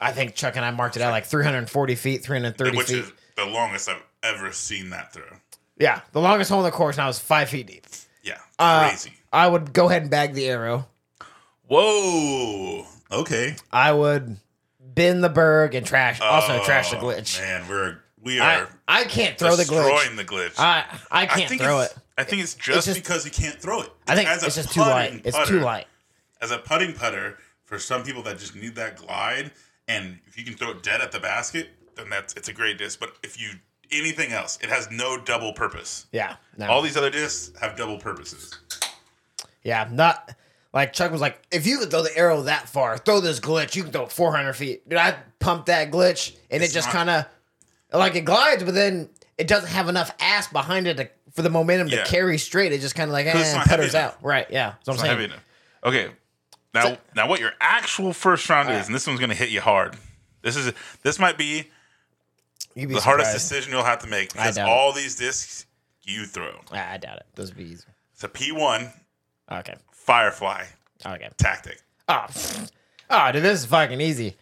I think Chuck and I marked it out like three hundred forty feet, three hundred thirty
which
feet.
is the longest I've ever seen that throw.
yeah, the longest hole in the course, and I was five feet deep.
Yeah,
Uh,
crazy.
I would go ahead and bag the arrow.
Whoa. Okay.
I would bend the berg and trash, also trash the
Oh,
glitch.
Man, we're we
I,
are
I can't throw the glitch.
destroying the glitch.
I I can't throw
it's,
it.
I think it's just,
just-
because you can't throw it.
I think
As a
it's just too light.
putting
It's too
putter-
light.
As a putting putter, for some people that just need that glide, and if you can throw it dead at the basket, then that's it's a great disc. But if you anything else, it has no double purpose.
Yeah. No.
All these other discs have double purposes.
Yeah, not like Chuck was like, if you could throw the arrow that far, throw this glitch, you can throw it 400 feet. Dude, I pumped that glitch and
It's
it just
not-
kind of like it glides, but then it doesn't have enough ass behind it to, for the momentum
Yeah.
to carry straight. It just kind of like,
it's
eh,
not heavy
putters
enough.
out. Right. Yeah. So I'm
Not
saying,
heavy enough. Okay. Now, now, what your actual first round is, and this one's going to hit you hard. This is this might be
you'd be
the hardest
surprised.
decision you'll have to make because
doubt it.
all these discs you throw.
Ah, I doubt it. Those would be easy.
It's a P1
Okay.
Firefly
Okay.
tactic.
Oh, oh, dude, this is fucking easy.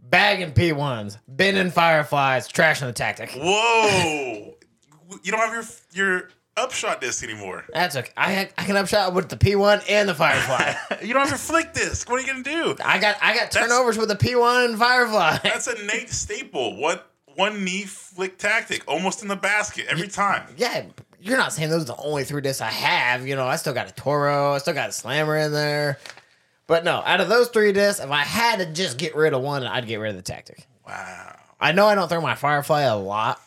Bagging P1s, bending fireflies, trashing the tactic.
Whoa! you don't have your your upshot disc anymore.
That's okay. I, had- I can upshot with the P1 and the firefly.
You don't have your flick disc. What are you gonna do?
I got I got turnovers with a P one Firefly.
That's a Nate staple. What one knee flick tactic, almost in the basket every time.
yeah, you're not saying those are the only three discs I have. You know, I still got a Toro, I still got a Slammer in there. But no, out of those three discs, if I had to just get rid of one, I'd get rid of the tactic.
Wow.
I know I don't throw my Firefly a lot,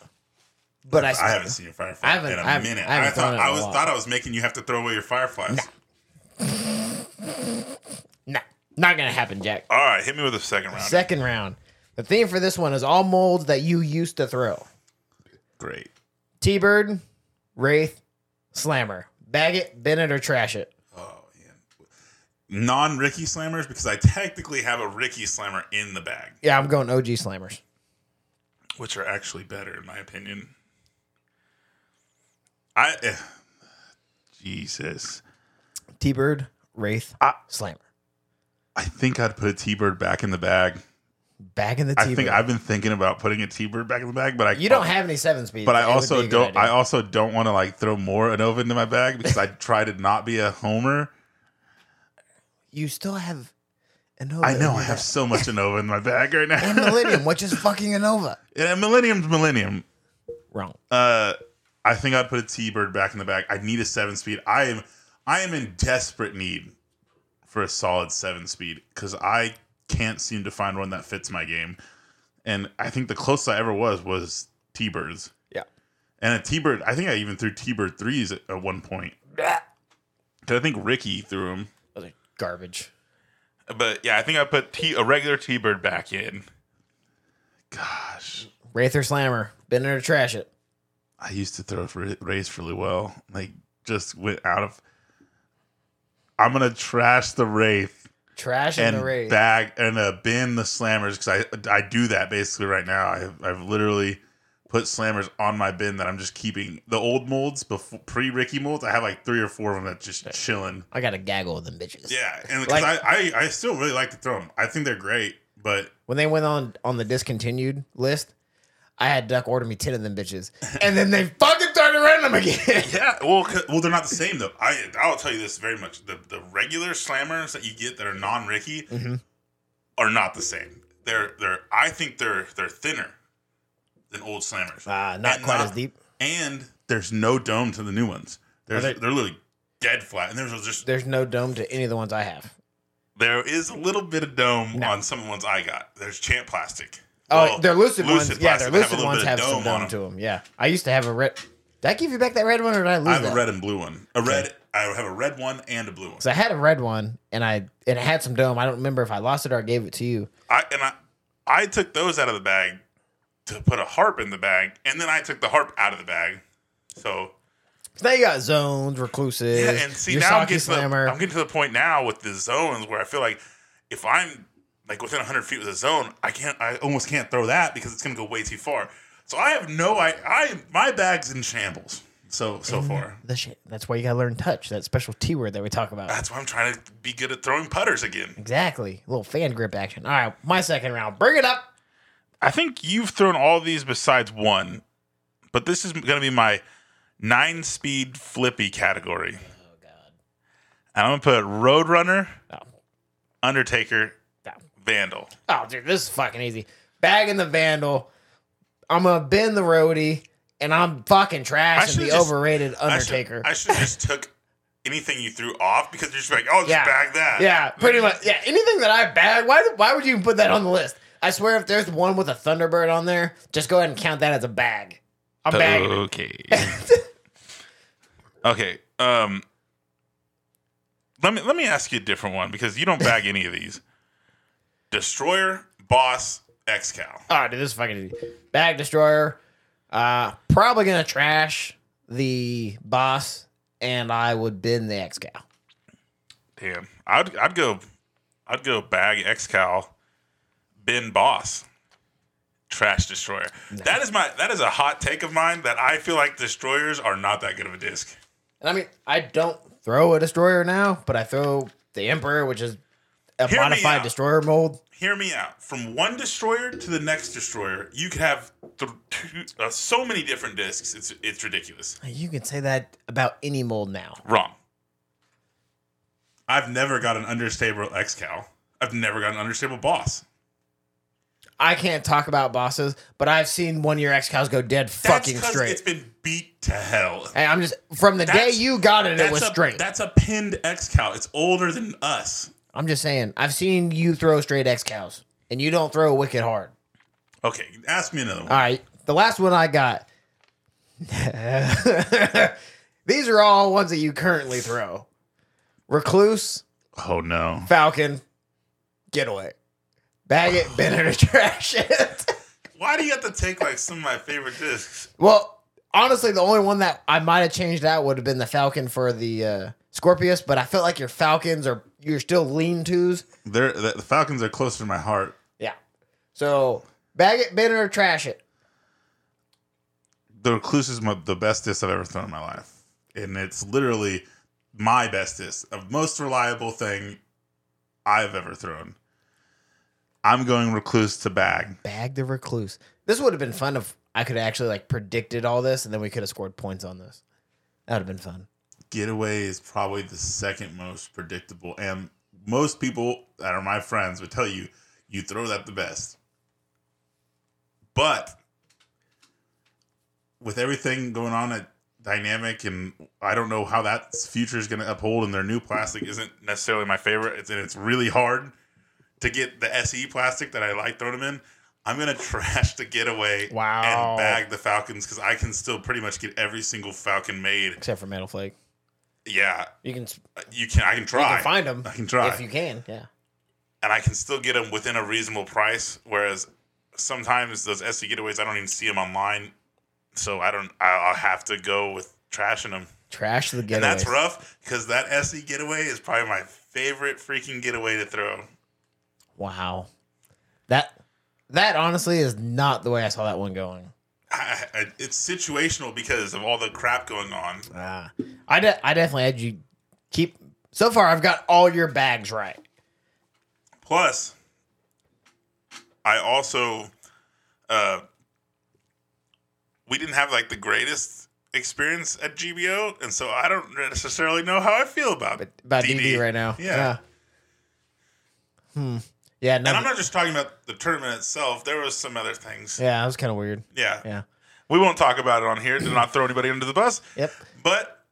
but I,
I haven't seen your firefly
I haven't-
in a
I haven't-
minute.
I
I,
haven't
thought
thrown it
I
in a
was
while.
thought I was making you have to throw away your fireflies.
nah, not gonna happen, Jack.
All right, hit me with the second round.
Second round. The theme for this one is all molds that you used to throw.
Great.
T Bird, Wraith, Slammer. Bag it, bend it, or trash it.
Oh yeah. Non Ricky slammers because I technically have a Ricky slammer in the bag,
Yeah, I'm going OG Slammers.
which are actually better in my opinion. I. eh, Jesus.
T Bird, Wraith, Slammer.
I think I'd put a T-bird back in the bag.
Back in the
I
T
think
Bird.
I've been thinking about putting a T-bird back in the bag, but I
You don't have any seven speeds.
But I
It would be
also
a good
don't. I
idea.
also don't want to like throw more Anova into my bag because I try to not be a homer.
you still have Anova.
I
in
know
your
I have
back.
so much Anova in my bag right
And
now.
Millennium, which is fucking Anova.
Yeah, Millennium's Millennium.
Wrong.
Uh, I think I'd put a T-bird back in the bag. I need a seven speed. I am. I am in desperate need for a solid seven speed because I can't seem to find one that fits my game. And I think the closest I ever was was T-birds.
Yeah.
And a T Bird, I think I even threw T Bird threes at, at one point. Cause I think Ricky threw them.
Those are garbage.
But yeah, I think I put T, a regular T Bird back in. Gosh,
Wraith or Slammer. Bend it or trash it.
I used to throw for race really well. Like just went out of. I'm gonna trash the Wraith
Trash and,
and
the Wraith.
bag and uh, bin the Slammers because I I do that basically right now. I've I've literally put Slammers on my bin that I'm just keeping the old molds before pre Ricky molds. I have like three or four of them that just chilling.
I got a gaggle of them bitches.
Yeah, and 'cause
Like-
I, I I still really like to throw them. I think they're great, but
When they went on on the discontinued list, I had Duck order me 10 of them bitches. And then they fucking started running them again.
yeah, well, 'cause- well, they're not the same though. I I'll tell you this very much: the the regular slammers that you get that are non Ricky
Mm-hmm.
are not the same. They're they're I think they're they're thinner than old slammers,
Ah, not
And
quite as deep.
and there's no dome to the new ones. They're
Are they-
they, are literally dead flat, and there's just
There's no dome to any of the ones I have.
There is a little bit of dome
No.
on some of the ones I got. There's chant plastic.
Oh,
Well,
they're lucid, ones. Yeah,
plastic
their
that
lucid
a little
ones
bit
have
of
some
on
dome to them. Yeah, I used to have a red. Did I give you back that red one, or did I lose
I have
that?
a red and blue one. A red. I have a red one and a blue one.
So I had a red one, and I and it had some dome. I don't remember if I lost it or I gave it to you.
I and I, I took those out of the bag to put a harp in the bag, and then I took the harp out of the bag. So
So now you got zones, reclusive,
yeah, and see
your
now I'm
Saki
getting, to the,
slammer.
I'm getting to the point now with the zones where I feel like if I'm like within 100 feet with a zone, I can't. I almost can't throw that because it's going to go way too far. So I have no. I I my bag's in shambles. So
Mm-hmm.
so far.
the shit. That's why you gotta learn touch. That special T word that we talk about.
That's why I'm trying to be good at throwing putters again.
Exactly. A little fan grip action. All right, my second round. Bring it up.
I think you've thrown all these besides one, but this is going to be my nine speed flippy category.
Oh God.
And I'm going to put Roadrunner, Undertaker,
No.
Vandal.
Oh, dude, this is fucking easy. Bagging the vandal. I'm gonna bend the roadie, and I'm fucking
I
trashing
should've
the
just-
overrated Undertaker.
I should have just took anything you threw off because you're just like, oh, just
Yeah.
bag that.
Yeah, pretty much. Yeah, anything that I bag, why why would you even put that on the list? I swear, if there's one with a Thunderbird on there, just go ahead and count that as a bag.
Uh.
I'm bagging. it.
Okay. okay. Um, let me let me ask you a different one because you don't bag any of these. Destroyer, Boss, Excal.
Oh, dude, this is fucking easy. Bag destroyer. Uh, probably gonna trash the boss, and I would bin the X gal.
Damn, I'd I'd go, I'd go bag Excal, bin boss, trash destroyer. That is my that is a hot take of mine that I feel like destroyers are not that good of a disc.
And I mean, I don't throw a destroyer now, but I throw the Emperor, which is a
Hear me
modified
out.
destroyer mold.
Hear me out. From one destroyer to the next destroyer, you could have th- two, uh, so many different discs. It's it's ridiculous.
You can say that about any mold now.
Wrong. I've never got an understable Excal. I've never got an understable boss.
I can't talk about bosses, but I've seen one year X cows go dead
That's
fucking
'cause
straight.
It's been beat to hell.
Hey, I'm just from the day
That's-
you got it, it
That's
was
a,
straight.
That's a pinned excal. It's older than us.
I'm just saying, I've seen you throw straight X cows, and you don't throw wicked hard.
Okay, ask me another one.
All right, the last one I got. These are all ones that you currently throw: recluse,
oh no.
falcon, getaway, bag it, bin it, or trash it.
Why do you have to take like some of my favorite discs?
well, honestly, the only one that I might have changed out would have been the falcon for the uh, Scorpius, but I felt like your falcons are you're still lean tos.
They're, the, the Falcons are closer to my heart.
Yeah. So bag it, bin it, or trash it.
The Recluse is my, the best disc I've ever thrown in my life, and it's literally my best disc, a most reliable thing I've ever thrown. I'm going Recluse to bag.
Bag the recluse. This would have been fun if I could have actually like predicted all this and then we could have scored points on this. That would have been fun.
Getaway is probably the second most predictable, and most people that are my friends would tell you you throw that the best. But with everything going on at Dynamic, and I don't know how that future is going to uphold, and their new plastic isn't necessarily my favorite. It's, and it's really hard to get the SE plastic that I like throwing them in. I'm going to trash the getaway
Wow.
and bag the Falcons because I can still pretty much get every single Falcon made.
Except for Metal Flake.
Yeah,
You can, you
you can. I can try.
can find them
I can try,
if you can. Yeah.
and I can still get them within a reasonable price. Whereas sometimes those SC getaways, I don't even see them online, so I don't. I- I'll have to go with trashing them,
Trash the getaway.
and that's rough because that SC getaway is probably my favorite freaking getaway to throw.
Wow. That that honestly is not the way I saw that one going.
I, I, it's situational because of all the crap going on.
Ah. I de- I definitely had you keep so far I've got all your bags right.
Plus, I also uh, we didn't have like the greatest experience at GBO, and so I don't necessarily know how I feel about
But about DD, right now.
Yeah.
Hmm. Yeah,
And
nothing,
I'm not just talking about the tournament itself. There was some other things. Yeah.
yeah, that was kind of weird. Yeah.
We won't talk about it on here to not throw anybody under the bus.
Yep.
But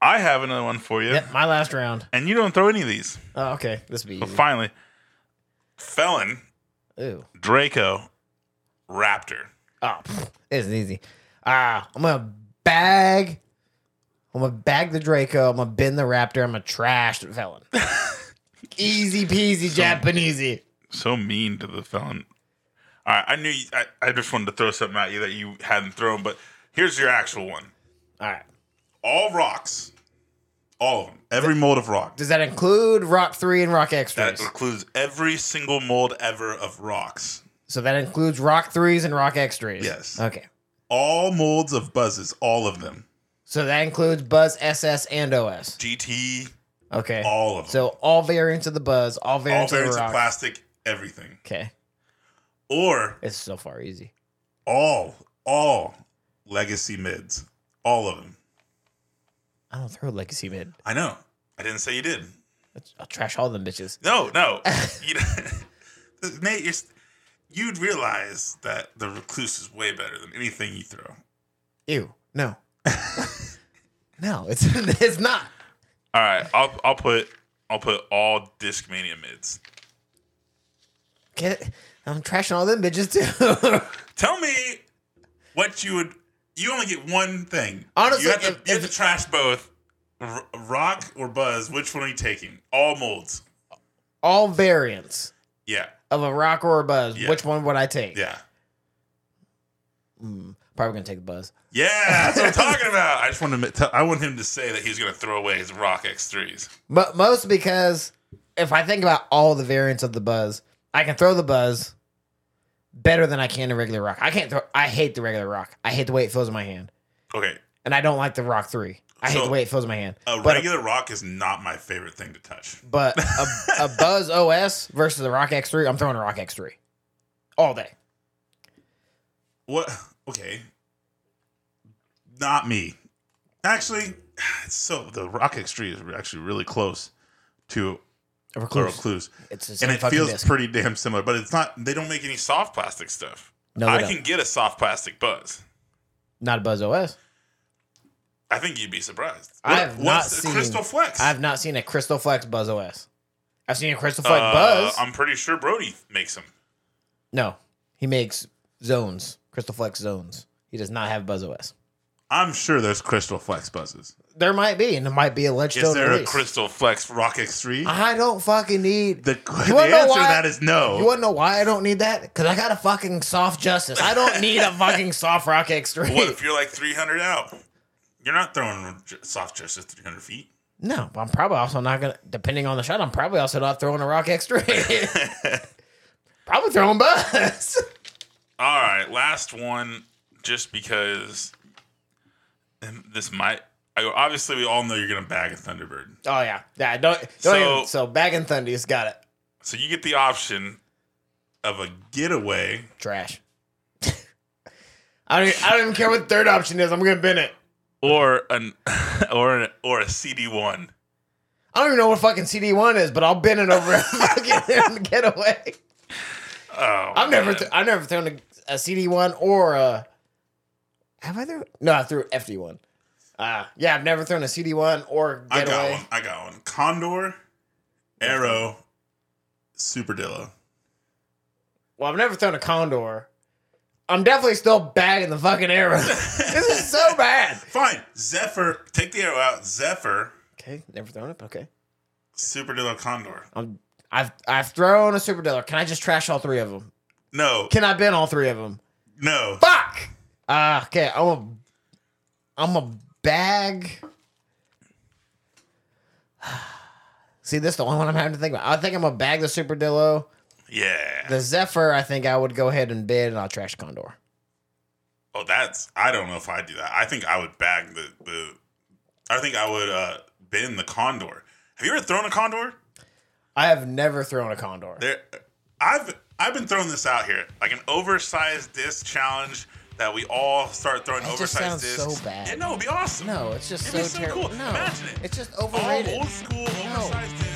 I have another one for you,
Yep, my last round.
and you don't throw any of these.
Oh, okay. This would be
But
easy.
finally, Felon
Ooh.
Draco Raptor.
Oh, pfft, this is easy. Ah, I'm gonna bag. I'm gonna bag the Draco. I'm gonna bin the Raptor. I'm gonna trash the felon. easy peasy, Japanesey.
So mean to the Felon. All right, I knew. You, I, I just wanted to throw something at you that you hadn't thrown, but here's your actual one.
All right.
All rocks, all of them, every mold of rock.
Does that include Rock Three and Rock
That
Extras?
includes every single mold ever of rocks.
so that includes Rock Threes and Rock Extras.
Yes.
Okay.
All molds of buzzes, all of them.
So that includes Buzz SS and OS.
GT,
Okay.
all of them.
so all variants of the Buzz, all
all
variants,
variants
of the
of
Rock.
plastic, everything.
okay.
Or
It's so far easy.
all, all legacy mids. All of them.
I don't throw Legacy mid.
I know. I didn't say you did.
I'll trash all them bitches.
No, no. you Nate, you're, st- you'd realize that the recluse is way better than anything you throw.
Ew. No. no, it's it's not.
All right, I'll I'll put I'll put all Discmania mids.
Get- I'm trashing all them bitches too.
Tell me what you would. You only get one thing.
Honestly,
you have to,
if-
you have
if-
to trash both. R- rock or buzz? Which one are you taking? All molds.
all variants
Yeah,
of a rock or a buzz.
Yeah.
Which one would I take?
yeah,
Mm, probably gonna take the buzz.
yeah. That's what I'm talking about. I just want to. Tell, I want him to say that he's going to throw away his rock X threes.
But most because if I think about all the variants of the buzz, I can throw the buzz better than I can a regular rock. I can't throw. I hate the regular rock. I hate the way it feels in my hand,
Okay,
and I don't like the rock three. I hate
So-
the way it feels in my hand.
a
But-
regular rock is not my favorite thing to touch.
But a, a Buzz OS versus a Rock X3, I'm throwing a Rock X3 all day.
What? Okay, not me. Actually, it's so the rock X three is actually really close to
A
Plural
recluse.
Clues.
It's the
and
same
it
fucking
feels
disc.
pretty damn similar, but it's not. They don't make any soft plastic stuff.
No, they
I
don't.
can get a soft plastic buzz.
not a Buzz OS.
I think you'd be surprised.
I have
what's
not
the
seen-
Crystal Flex.
I've not seen a Crystal Flex Buzz OS. I've seen a Crystal Flex
Uh,
Buzz.
I'm pretty sure Brody makes them.
no, he makes zones, Crystal Flex zones. He does not have Buzz OS.
I'm sure there's Crystal Flex buzzes.
There might be, and there might be a
Is
Ledgestone
there
release.
a Crystal Flex Rock X3?
I don't fucking need.
the the
wanna know
answer to
why?
that is no.
you want to know why I don't need that? Because I got a fucking soft justice. I don't need a fucking soft Rock X3.
what if you're like 300 out? You're not throwing j- soft justice 300 feet.
No, I'm probably also not gonna. Depending on the shot, I'm probably also not throwing a rock extra. probably throwing buzz.
All right, last one, just because and this might. I, obviously, we all know you're gonna bag a Thunderbird,
oh yeah, yeah. Don't. don't
So-
even, so bag and thundies got it.
so you get the option of a getaway.
Trash. I don't. I don't even care what the third option is. I'm gonna bin it.
Or an or an, or a CD one.
I don't even know what fucking CD one is, but I'll bin it over a fucking getaway.
Oh,
I've never.
man.
Th- I've never thrown a, a CD one or a. Have I thrown? No, I threw FD one. Uh, yeah, I've never thrown a CD one or
I got
getaway.
one. I got one. Condor, Arrow, Superdillo.
Well, I've never thrown a condor. I'm definitely still bagging the fucking arrow. this is so bad.
Fine, Zephyr. Take the arrow out. Zephyr,
Okay, never thrown it. but Okay,
Superdillo, Condor.
I'm, I've I've thrown a super dealer. Can I just trash all three of them?
No,
Can I bin all three of them?
no.
Fuck. Uh, okay, I'm a I'm a bag. See, this is the only one I'm having to think about. I think I'm gonna bag the Super Dillo.
Yeah.
The Zephyr, I think I would go ahead and bid, and I'll trash Condor.
Oh, that's I don't know if I do that. I think I would bag the the. I think I would uh bin the condor. Have you ever thrown a condor?
I have never thrown a Condor.
There, I've I've been throwing this out here like an oversized disc challenge that we all start throwing
That just
oversized
sounds
discs.
so bad.
Yeah, no, it'd be awesome.
No, it's just
It'd be
so
so
terrible.
cool.
No,
Imagine it.
it's just
all
overrated.
old school oversized discs.